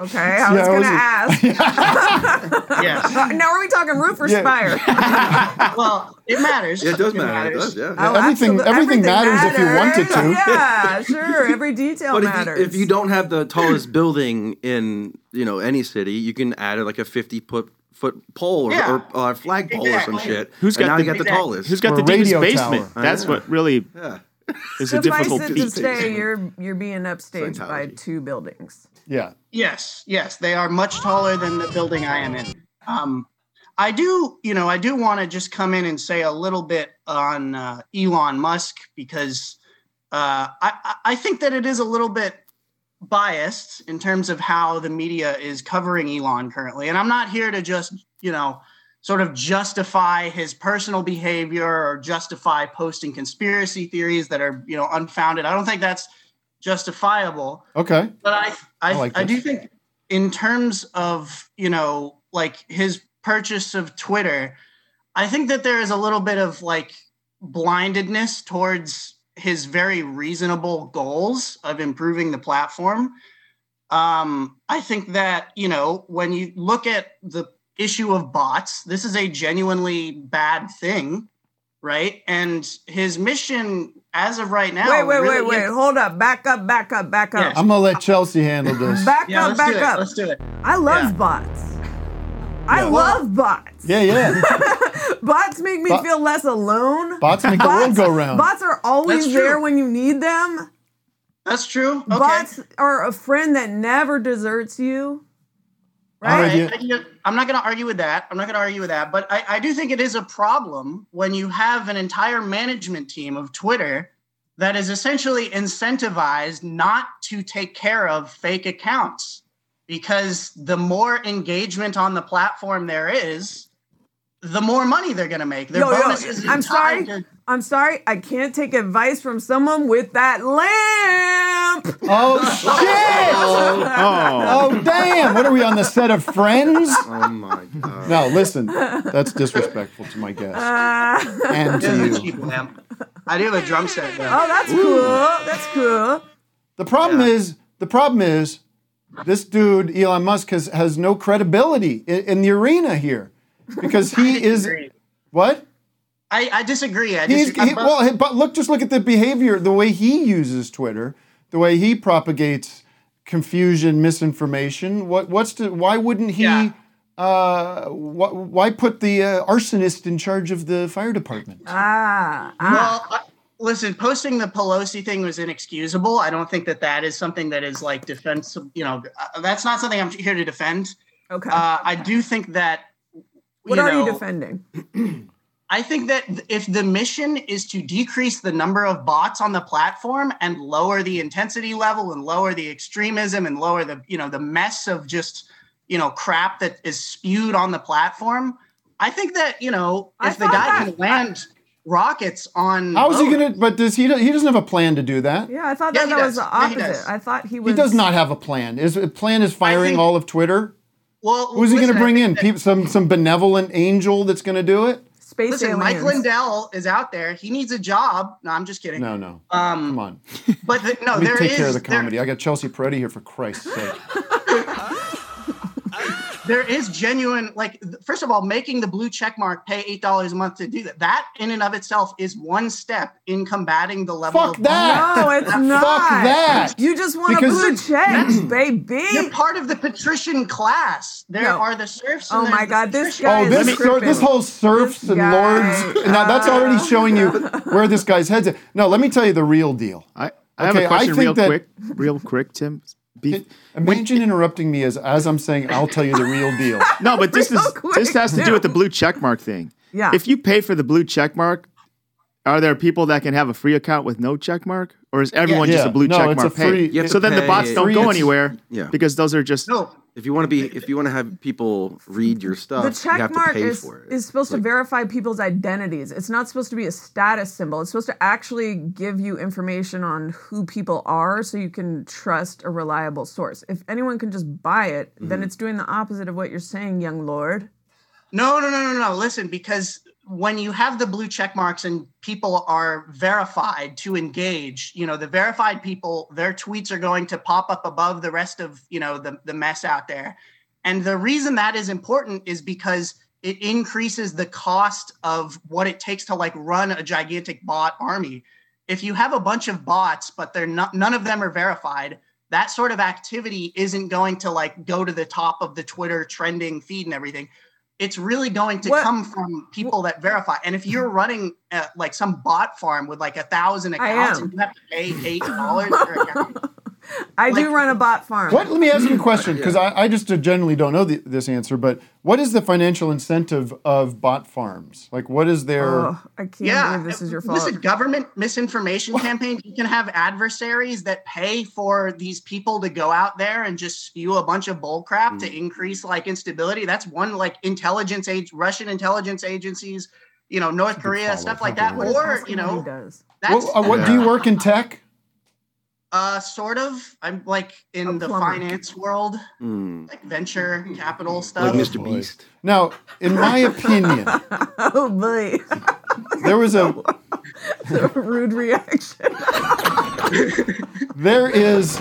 Okay, I was Yeah, I gonna was- ask. Yes. Uh, now are we talking roof or Yeah. spire? Oh, well, it matters. Yeah, it does matter. It does, yeah. Oh, everything, absolute- everything matters, if you want it to. Yeah, sure. Every detail But if matters. you, if you don't have the tallest building in you know any city, you can add like a fifty foot foot pole or, Yeah. or, or a flagpole or some shit. Who's and got now the, you got the tallest? Who's got the deepest basement? That's what really is a Suffice difficult it to piece. say, you're you're being upstaged by two buildings. Yeah. Yes, yes, they are much taller than the building I am in. Um, I do, you know, I do want to just come in and say a little bit on uh, Elon Musk because uh, I, I- I think that it is a little bit biased in terms of how the media is covering Elon currently. And I'm not here to just, you know, sort of justify his personal behavior or justify posting conspiracy theories that are, you know, unfounded. I don't think that's justifiable Okay. but I I, I, I like do this. think in terms of you know like his purchase of Twitter, I think that there is a little bit of like blindedness towards his very reasonable goals of improving the platform. Um, I think that you know when you look at the issue of bots, this is a genuinely bad thing, right? And his mission as of right now. wait, wait, really wait, wait. is- Hold up. Back up. Back up. Back up. I'm going to let Chelsea handle this. Back Yeah, up. let's Back do it, up. Let's do it. I love bots. I Yeah. love bots. Yeah, yeah. Bots make me Bot- feel less alone. Bots make the world go round. Bots are always That's true. there when you need them. That's true. Okay. Bots are a friend that never deserts you. Right. Alright, I'm not going to argue with that. I'm not going to argue with that. But I, I do think it is a problem when you have an entire management team of Twitter that is essentially incentivized not to take care of fake accounts because the more engagement on the platform there is, the more money they're going to make. Their Yo, yo, bonuses. I'm sorry. I'm sorry. I can't take advice from someone with that lamp. Oh shit! Oh, Oh, damn! What are we on the set of Friends? Oh my god! No, listen, that's disrespectful to my guest and to you. I do have a drum set. Though. Oh, that's cool. That's cool. The problem is the problem is this dude Elon Musk has, has no credibility in, in the arena here because he is Oh. what I, I disagree. I he's disagree. he, well. he- But look, just look at the behavior, the way he uses Twitter, the way he propagates confusion, misinformation. What what's to, why wouldn't he? Uh, wh- why put the uh, arsonist in charge of the fire department? Ah, Well, uh, listen, posting the Pelosi thing was inexcusable. I don't think that that is something that is like defense. You know, uh, that's not something I'm here to defend. Okay. Uh, I do think that. What are you know, defending? I think that th- if the mission is to decrease the number of bots on the platform and lower the intensity level and lower the extremism and lower the you know the mess of just you know crap that is spewed on the platform, I think that you know if the guy can land rockets on How is he boats- gonna? But does he? He doesn't have a plan to do that. Yeah, I thought Yeah, that, he that was does. the Yeah, he opposite. does. I thought he He was. does not have a plan. His plan is firing all of Twitter. Well, Who's he going to listen, I bring think in? that- Peop some some benevolent angel that's going to do it? Space Listen, Mike aliens. Lindell is out there. He needs a job. No, I'm just kidding. No, no. Um, Come on. But the, no, Let me there take care of is the comedy. I got Chelsea Peretti here for Christ's sake. Oh, there is genuine like th- first of all, making the blue check mark pay eight dollars a month to do that. That in and of itself is one step in combating the level. Fuck of that. No, it's Fuck not. that. You just want Because- a blue check, baby. You're part of the patrician class. There No. are the serfs. Oh and there's my the God, this patrician- guy Oh, this ser- this whole serfs and guy, lords. Now that's already showing you where this guy's head's at. No, let me tell you the real deal. I, I have Okay, I a question think real that- quick, real quick, Tim. Be- Imagine interrupting me as as I'm saying, I'll tell you the real deal. no, but this Real is quick, this has to do with the blue checkmark thing. Yeah. If you pay for the blue checkmark, are there people that can have a free account with no checkmark, or is everyone Yeah. just a blue No, checkmark it's a free- You pay? have So to then the pay- bots don't free, go it's- anywhere. Yeah. Because those are just No, If you want to be, if you want to have people read your the stuff, you check have to mark pay is, for it. is supposed to verify people's identities. It's not supposed to be a status symbol. It's supposed to actually give you information on who people are so you can trust a reliable source. If anyone can just buy it, Mm-hmm. then it's doing the opposite of what you're saying, young lord. No, no, no, no, no. Listen, because when you have the blue check marks and people are verified to engage, you know, the verified people, their tweets are going to pop up above the rest of, you know, the, the mess out there. And the reason that is important is because it increases the cost of what it takes to like run a gigantic bot army. If you have a bunch of bots, but they're not none of them are verified, that sort of activity isn't going to like go to the top of the Twitter trending feed and everything it's really going to What- come from people that verify. And if you're running uh, like some bot farm with like a thousand I accounts am. and you have to pay eight dollars per account, I do run a bot farm. What? Let me ask you a question because I, I just uh, generally don't know the, this answer. But what is the financial incentive of bot farms? Like, what is their? Oh, I can't yeah, believe this is your fault. listen, government misinformation campaigns. You can have adversaries that pay for these people to go out there and just spew a bunch of bull crap Mm. to increase like instability. That's one like intelligence age, Russian intelligence agencies, you know, North Korea, stuff like that. What is Or this you guy know, does? that's Well, uh, what do you work in tech? Uh, sort of. I'm like in the plumber. finance world, Mm. like venture capital stuff. Mr. Beast. Now, in my opinion, Oh boy, there was a rude reaction. there is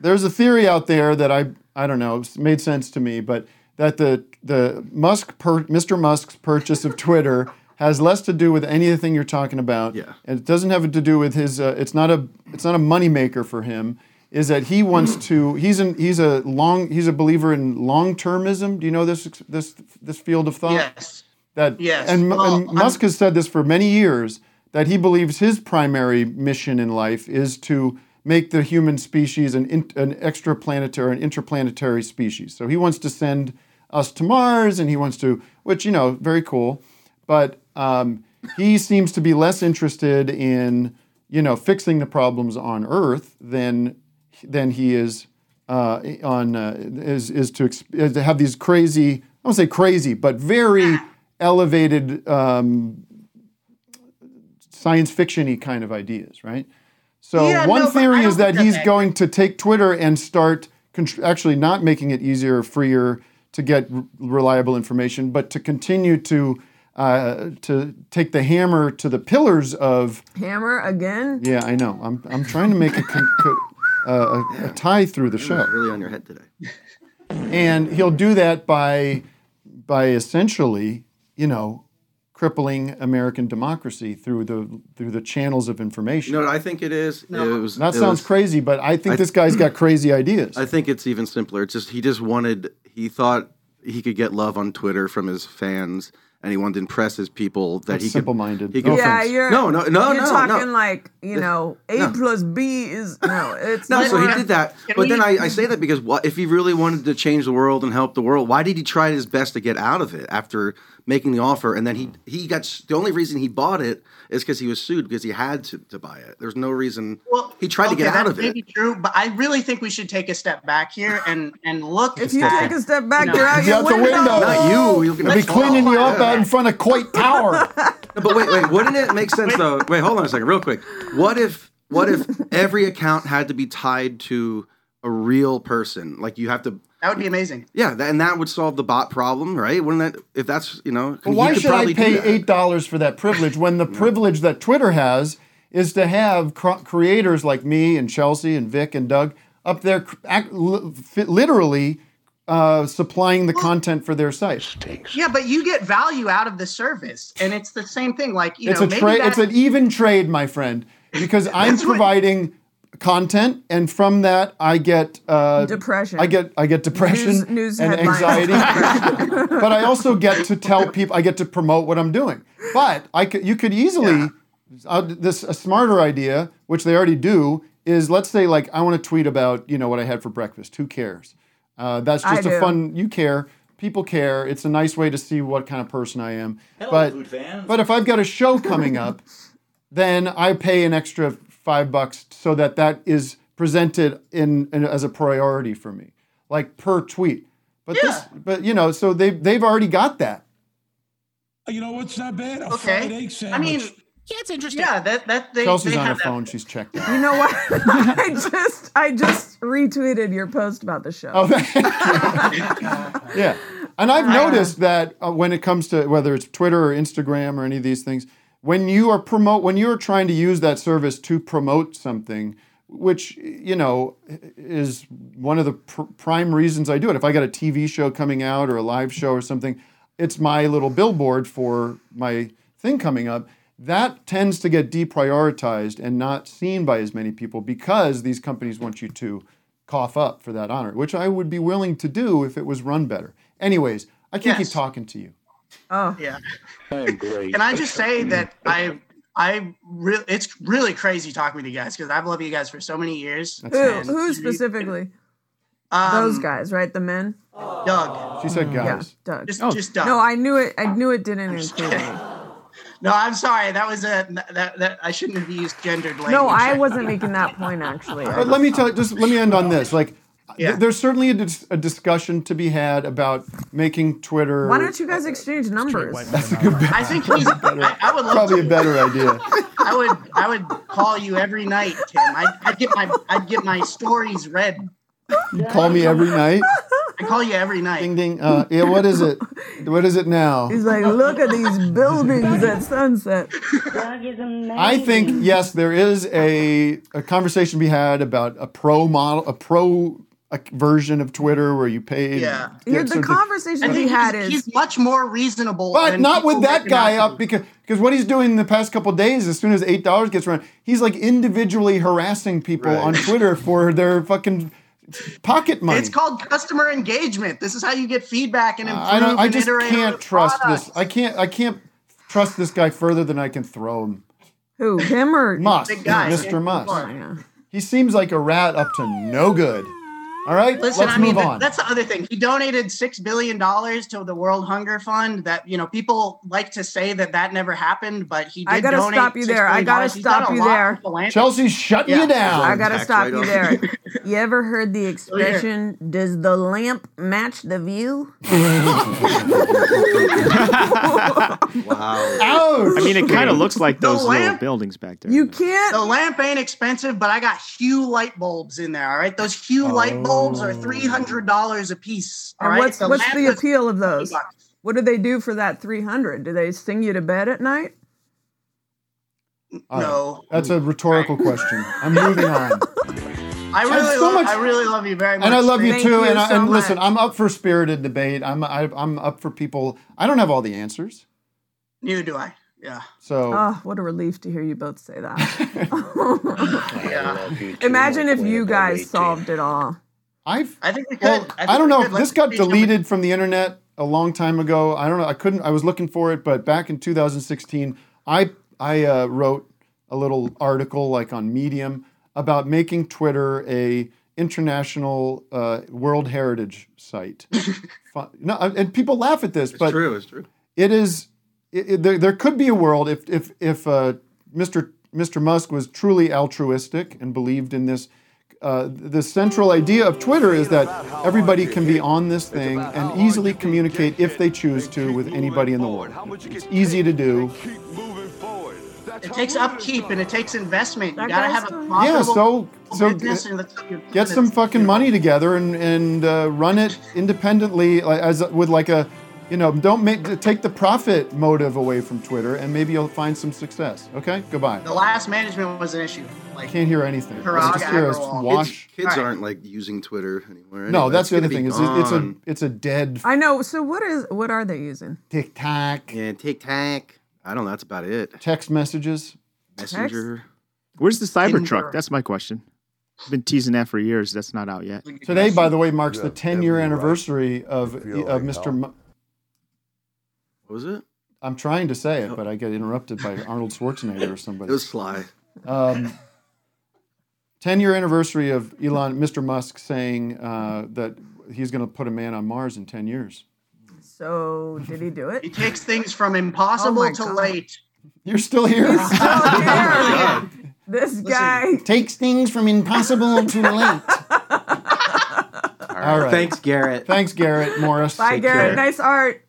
there's a theory out there that I I don't know it's made sense to me, but that the the Musk per, Mr. Musk's purchase of Twitter has less to do with anything you're talking about. Yeah. and it doesn't have to do with his. Uh, it's not a it's not a moneymaker for him. Is that he wants to? He's an he's a long he's a believer in long termism. Do you know this this this field of thought? Yes. That Yes. and, Mu- and Well, I'm- Musk has said this for many years that he believes his primary mission in life is to make the human species an, in, an extraplanetary, an interplanetary species. So he wants to send us to Mars, and he wants to, which you know, very cool. But um, he seems to be less interested in, you know, fixing the problems on Earth than than he is uh, on uh, is is to exp- is to have these crazy. I won't say crazy, but very elevated um, science fiction-y kind of ideas, right? So Yeah, one no, but I theory don't is that think he's that's going to take Twitter and start contr- actually not making it easier or freer to get r- reliable information, but to continue to uh, to take the hammer to the pillars of Hammer again? yeah, I know. I'm I'm trying to make a con- co- uh, a, a tie through the show. Really on your head today. and he'll do that by by essentially, you know, crippling American democracy through the through the channels of information. No, I think it is. It was, that it sounds was- crazy, but I think I- this guy's got crazy ideas. I think it's even simpler. It's just he just wanted he thought he could get love on Twitter from his fans, and he wanted to impress his people that That's he simple-minded. could. He could yeah, you're no, no, no, You're no, talking no. like you know A No. plus B is no. It's No, like- so he did that. Can But then I, we- I say that because what, if he really wanted to change the world and help the world, why did he try his best to get out of it after making the offer? And then he he got s- the only reason he bought it is because he was sued because he had to, to buy it. There's no reason he tried to Okay, get out that of may it. be true, but I really think we should take a step back here and and look. If you take a step back, you're out your window. Not you. You're gonna I'll be fall. cleaning you up Yeah. out in front of Coit Power. No, but wait, wait, wouldn't it make sense though? Wait, hold on a second, real quick. What if what if every account had to be tied to a real person? Like you have to That would be amazing. Yeah, that, and that would solve the bot problem, right? Wouldn't that if that's you know But why you could should I probably do pay that. eight dollars for that privilege when the privilege that Twitter has is to have cr- creators like me and Chelsea and Vic and Doug up there, cr- act, li- fi- literally uh, supplying the content for their site. Yeah, but you get value out of the service, and it's the same thing. Like you it's know, a maybe trade. that- It's an even trade, my friend, because I'm providing content, and from that I get uh, Depression. I get I get depression News- news and headlines. anxiety, but I also get to tell people. I get to promote what I'm doing. But I could, you could easily uh, this a smarter idea, which they already do, is let's say like I want to tweet about you know what I had for breakfast. Who cares? Uh, that's I just a do. fun. You care. People care. It's a nice way to see what kind of person I am. Hello, but food fans. but if I've got a show coming up, then I pay an extra five bucks so that that is presented in, in- as a priority for me, like per tweet. But this, but you know, so they they've already got that. You know what's not bad? A Okay. fried egg I sandwich. mean, yeah, it's interesting. Yeah, that that they, Chelsea's they on her have that. phone; she's checked out. You know what? I just I just retweeted your post about the Oh, show. yeah. And I've noticed that uh, when it comes to whether it's Twitter or Instagram or any of these things, when you are promote when you are trying to use that service to promote something, which you know is one of the pr- prime reasons I do it. If I got a TV show coming out or a live show or something, it's my little billboard for my thing coming up. That tends to get deprioritized and not seen by as many people because these companies want you to cough up for that honor, which I would be willing to do if it was run better. Anyways, I can't keep talking to you. Oh yeah. I am great. Can I just say that I I re- it's really crazy talking to you guys because I've loved you guys for so many years. uh, Who, who specifically? Um, Those guys, right? The men. Doug. She said guys. Mm, Yeah, Doug. Just- Oh. just Doug. No, I knew it. I knew it didn't include me. No, I'm sorry. That was a that, that I shouldn't have used gendered language. No, I wasn't making that point actually. I But let me tell just let me end on this. Like Yeah. th- there's certainly a, dis- a discussion to be had about making Twitter Why don't you guys exchange numbers? That's a good I think he's. I, I would love probably a to. better idea. I would. I would call you every night, Tim. I'd, I'd get my. I'd get my stories read. You call me every night. I call you every night. Ding ding. Uh, yeah, what is it? What is it now? He's like, look at these buildings at sunset. I think yes, there is a, a conversation to be had about a pro model, a pro uh version of Twitter where you pay. Yeah. Yeah, the conversation I we think had he's, is- he's much more reasonable. But than not with people that making guy out up because because what he's doing in the past couple days, as soon as eight dollars gets around, he's like individually harassing people on Twitter for their fucking pocket money. It's called customer engagement. This is how you get feedback and improve Uh, I don't. I and just iterate on can't the trust product. this. I can't. I can't trust this guy further than I can throw him. Who? Him or Musk? Big guy. Mr. Musk. Yeah. He seems like a rat up to no good. All right, Listen, let's I mean, move th- on. that's the other thing. He donated six billion dollars to the World Hunger Fund. That you know, people like to say that that never happened, but he did I gotta donate stop you $6 there. I billion. gotta He's done stop a you lot there. for philanthropy. Chelsea's shutting Yeah. you down. I gotta Tax stop you write-off. there. You ever heard Oh, the here. expression, does the lamp match the view? Wow. Ouch. I mean, it kind of looks like The those little lamp- buildings back there. You Mm. can't. The lamp ain't expensive, but I got Hue light bulbs in there. All right, those Hue light bulbs are three hundred dollars a piece. All And right, what's what's lamp the is- appeal of those? bucks. What do they do for that 300? Do they sing you to bed at night? All right. No. That's a rhetorical question. I'm moving on. I really, so lo- much- I really love you very much. And I love you Thank too. you and I, so and listen, much. I'm up for spirited debate. I'm I, I'm up for people. I don't have all the answers, Neither do I. Yeah. so Oh, what a relief to hear you both say that. Yeah. Imagine if you guys solved it all. I've I think we could. well, think I, we don't know. could. if Let's This got teach 'em- deleted from the internet a long time ago. I don't know. I couldn't. I was looking for it, but back in 2016, I I uh, wrote a little article like on Medium about making Twitter a international uh, World Heritage site. Fun. No, and people laugh at this, It's but true. It's true. it is it, it- there, there could be a world if if if uh, Mr. Mr. Musk was truly altruistic and believed in this. Uh, the central idea of Twitter is that everybody can be on this thing and easily communicate if they choose to with anybody in the world. It's easy to do. It takes upkeep and it takes investment. You That gotta guy's have a doing- profitable Yeah, so so business and that's what you're doing. get some fucking money together and and uh, run it independently like, as with like a you know don't make take the profit motive away from Twitter and maybe you'll find some success. Okay, goodbye. The last management was an issue. Like Can't hear anything. Parag Let's just hear us Agrawal. wash. Kids Alright. aren't like using Twitter anymore. Anyway. No, that's the It's other gonna thing. be Is it- it's a gone. it's a dead I know. So what is what are they using? TikTok yeah TikTok. I don't know. That's about it. text messages. Messenger. Where's the Tinder. Cybertruck? That's my question. I've been teasing that for years. That's not out yet. Today, by the way, marks the Yeah, 10 year every right anniversary of e, of feel like Mr. hell. Mu- What was it? I'm trying to say it, but I get interrupted by Arnold Schwarzenegger or It somebody. was Sly. um, 10 year anniversary of Elon, Mr. Musk saying uh, that he's going to put a man on Mars in 10 years. So did he do he it? takes things from impossible Oh my to God. late. You're still here. Oh, yeah. This guy. Takes things from impossible to late. All right. Thanks, Garrett. Thanks, Garrett Morris. Bye, Garrett. Nice art.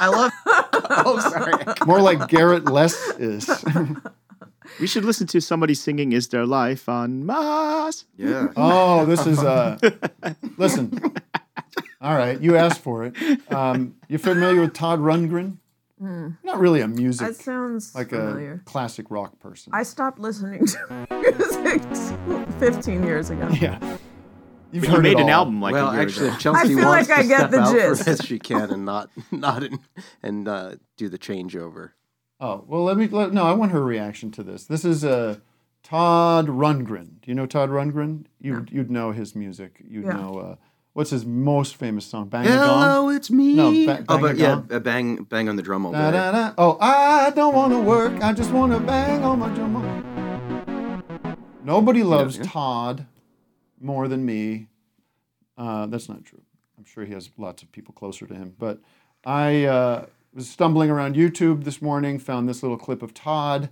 I love oh, sorry. More like Garrett Less is. We should listen to somebody singing "Is There Life on Mars." Yeah. oh, this is. Uh, listen. All right, you asked for it. Um, you familiar with Todd Rundgren? Not really a music, That sounds like Hmm. familiar. a classic rock person. I stopped listening to music 15 years ago. yeah, you've He made an album like well, a year actually, ago. if Chelsea feel wants like to I get step the out gist. for this, she can, and not not in, and uh, do the changeover. Oh well, let me. Let, no, I want her reaction to this. This is uh, Todd Rundgren. Do you know Todd Rundgren? You you'd know his music. You'd Yeah. know uh, what's his most famous song? Bang a Hello, Gong. it's me. No, ba- oh, bang but a yeah, gong. a bang, bang on the drum all day. Da, da, da. Oh, I don't want to work. I just want to bang on my drum. Nobody loves yeah. Todd more than me. Uh, that's not true. I'm sure he has lots of people closer to him. But I uh, was stumbling around YouTube this morning, found this little clip of Todd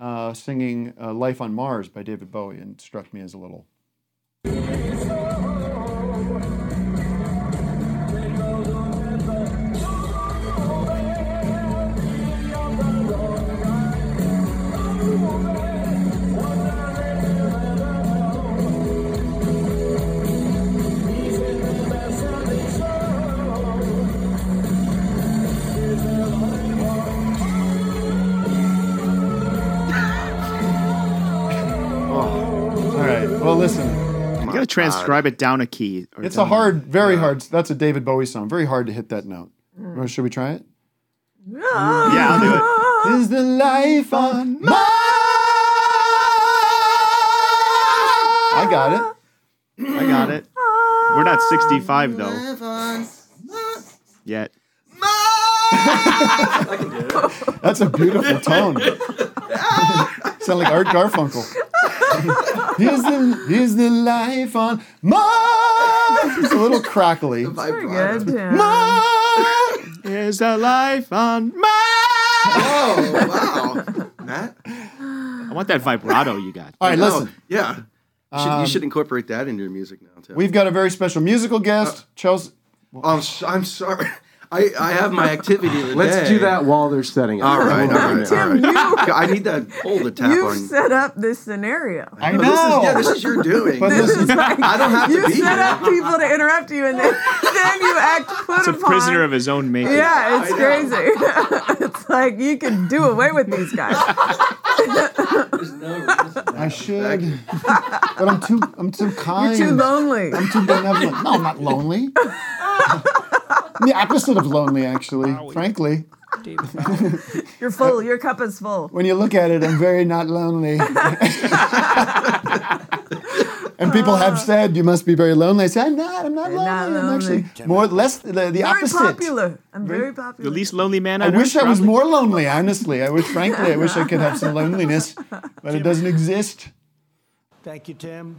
uh, singing uh, Life on Mars by David Bowie, and it struck me as a little. All right. Well, listen. You gotta transcribe it down a key. or It's a down hard, very hard. That's a David Bowie song. Very hard to hit that note. Well, Should we try it? Ah, Yeah, I'll do it. Is the life on Mars? Ah, I got it. I got it. We're not 65 though. Yet. That's a beautiful tone. Sound like Art Garfunkel. here's, the, here's the life on Mars. It's a little crackly. Pretty good, yeah. Mars. Here's the life on Mars. Oh wow, Matt! I want that vibrato you got. All right, No, listen. yeah, you should, Um, you should incorporate that into your music now too. Oh, We've got a very special musical guest, Uh, Chelsea. I'm, s- I'm sorry. I, I have my activity of the Let's day. do that while they're setting it. All right, all right, all Tim, right. you- I need that pole to tap You've on. set up this scenario. I No, know. This is, yeah, this is your doing. But This listen- is like, I don't have to you be set here. up people to interrupt you, and then, then you act put It's a upon. prisoner of his own making. yeah, it's I know. crazy. it's like you can do away with these guys. There's no reason. I should, but I'm too I'm too You're kind. too lonely. I'm too benevolent. No, I'm not lonely. I'm the opposite of lonely, actually. Frankly, You're full. Your cup is full. when you look at it, I'm very not lonely. and people have said you must be very lonely. I say I'm not. I'm not I'm lonely. not I'm actually lonely. more less the, the Very opposite. popular. I'm very The popular. least lonely man I on wish earth, I was probably. more lonely, honestly. I wish, frankly, I wish I could have some loneliness, but it doesn't exist. Thank you, Tim.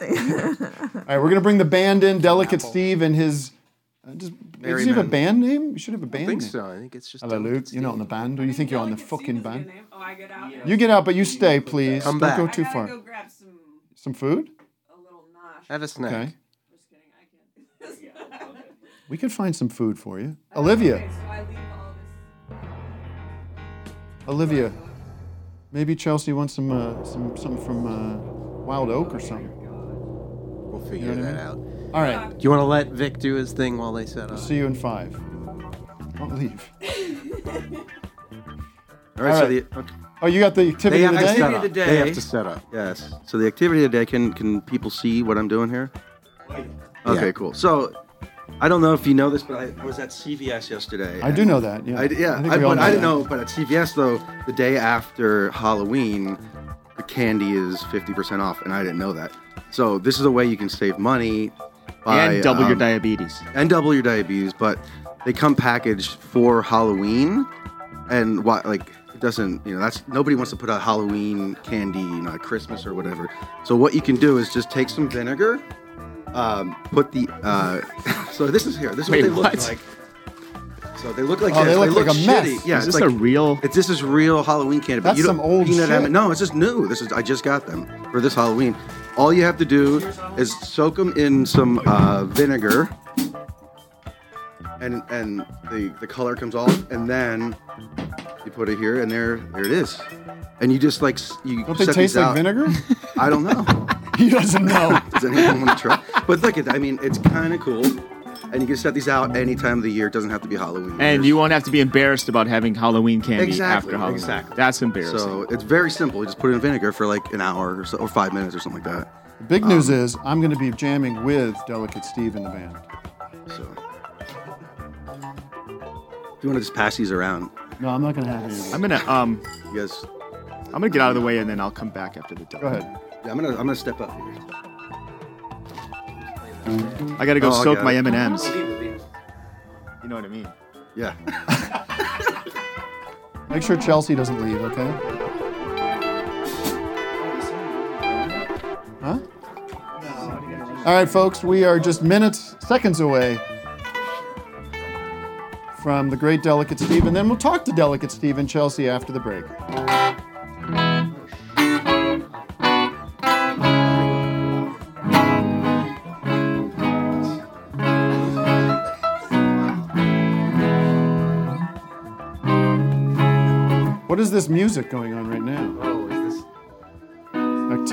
All right, we're gonna bring the band in. Delicate Steve and his. Uh, just, does he have a Merryman. band name? You should have a band I think name. so. I think it's just. Hello, Luke. You're not on the band, or you think you're on the fucking band? Oh, I get out. You get out, but you stay, please. Come Don't back. go I too I far. gotta go grab some Some food. a little nosh. Have a snack. Okay. We could find some food for you, Olivia. So I leave all this. Olivia. Maybe Chelsea wants some uh, some something from uh, Wild Oak or something. We'll figure You know what I that mean? out. Do All right. you want to let Vic do his thing while they set up? See you in five. Don't leave. All right. All So right. the okay. Oh, you got the they activity of have the to day. set up. up. They They have to set up. Yes. So the activity of the day can can people see what I'm doing here? Okay. Yeah. Cool. So I don't know if you know this, but I, I was at CVS yesterday. I do know that. Yeah. I, yeah, I, think we all but I didn't that. know, but at CVS though, the day after Halloween, the candy is fifty percent off, and I didn't know that. So this is a way you can save money by and double your um, diabetes. and double your diabetes, but they come packaged for Halloween, and what like it doesn't you know that's nobody wants to put out Halloween candy, you know, at Christmas or whatever. So what you can do is just take some vinegar, um, put the uh, so this is here. This is Wait, what they what? look like. So they look like Oh, this. they look like a mess. shitty. Yeah, is it's this like, a real? it's this is real Halloween candy. but That's you don't- some old peanut shit. M- no, it's just new. This is I just got them for this Halloween. All you have to do is soak them in some uh, vinegar, and and the the color comes off, and then you put it here, and there there it is. And you just like s- you Don't they set taste these like out. vinegar? I don't know. he doesn't know. Does anyone want to try? But look at that. I mean, it's kind of cool, and you can set these out any time of the year. It doesn't have to be Halloween. And There's- you won't have to be embarrassed about having Halloween candy Exactly, after Halloween. exactly. That's embarrassing. So it's very simple. You just put it in vinegar for like an hour or so, or five minutes or something like that. The big Um, news is I'm going to be jamming with Delicate Steve in the band. So if you want to just pass these around, No, I'm not going to have any. I'm gonna um, you guys. I'm gonna get out of the way and then I'll come back after the. Go ahead. Yeah, I'm gonna I'm gonna step up here. I gotta go Oh, I soak got my it. M and M's. You know what I mean? Yeah. Make sure Chelsea doesn't leave, okay? Huh? All right, folks, we are just minutes, seconds away from the great Delicate Steve, and then we'll talk to Delicate Steve and Chelsea after the break. What is this music going on right now? Oh, is this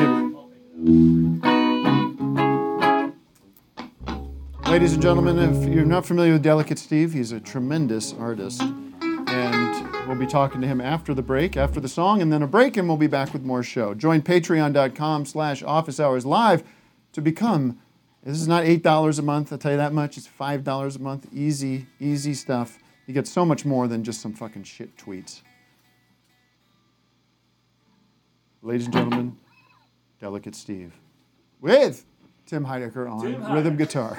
activity? Ladies and gentlemen, if you're not familiar with Delicate Steve, he's a tremendous artist. And we'll be talking to him after the break, after the song, and then a break, and we'll be back with more show. Join patreon.com slash office hours live to become this is not $8 a month, I'll tell you that much. It's $5 a month. Easy, easy stuff. You get so much more than just some fucking shit tweets. Ladies and gentlemen, Delicate Steve with Tim Heidecker on rhythm guitar.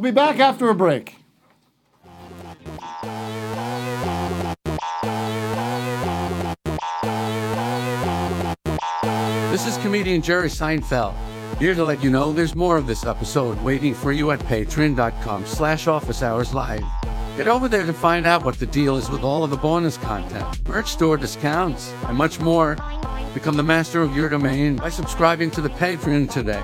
be back after a break. This is comedian Jerry Seinfeld. Here to let you know there's more of this episode waiting for you at patreon.com slash office hours live. Get over there to find out what the deal is with all of the bonus content, merch store discounts, and much more. Become the master of your domain by subscribing to the Patreon today.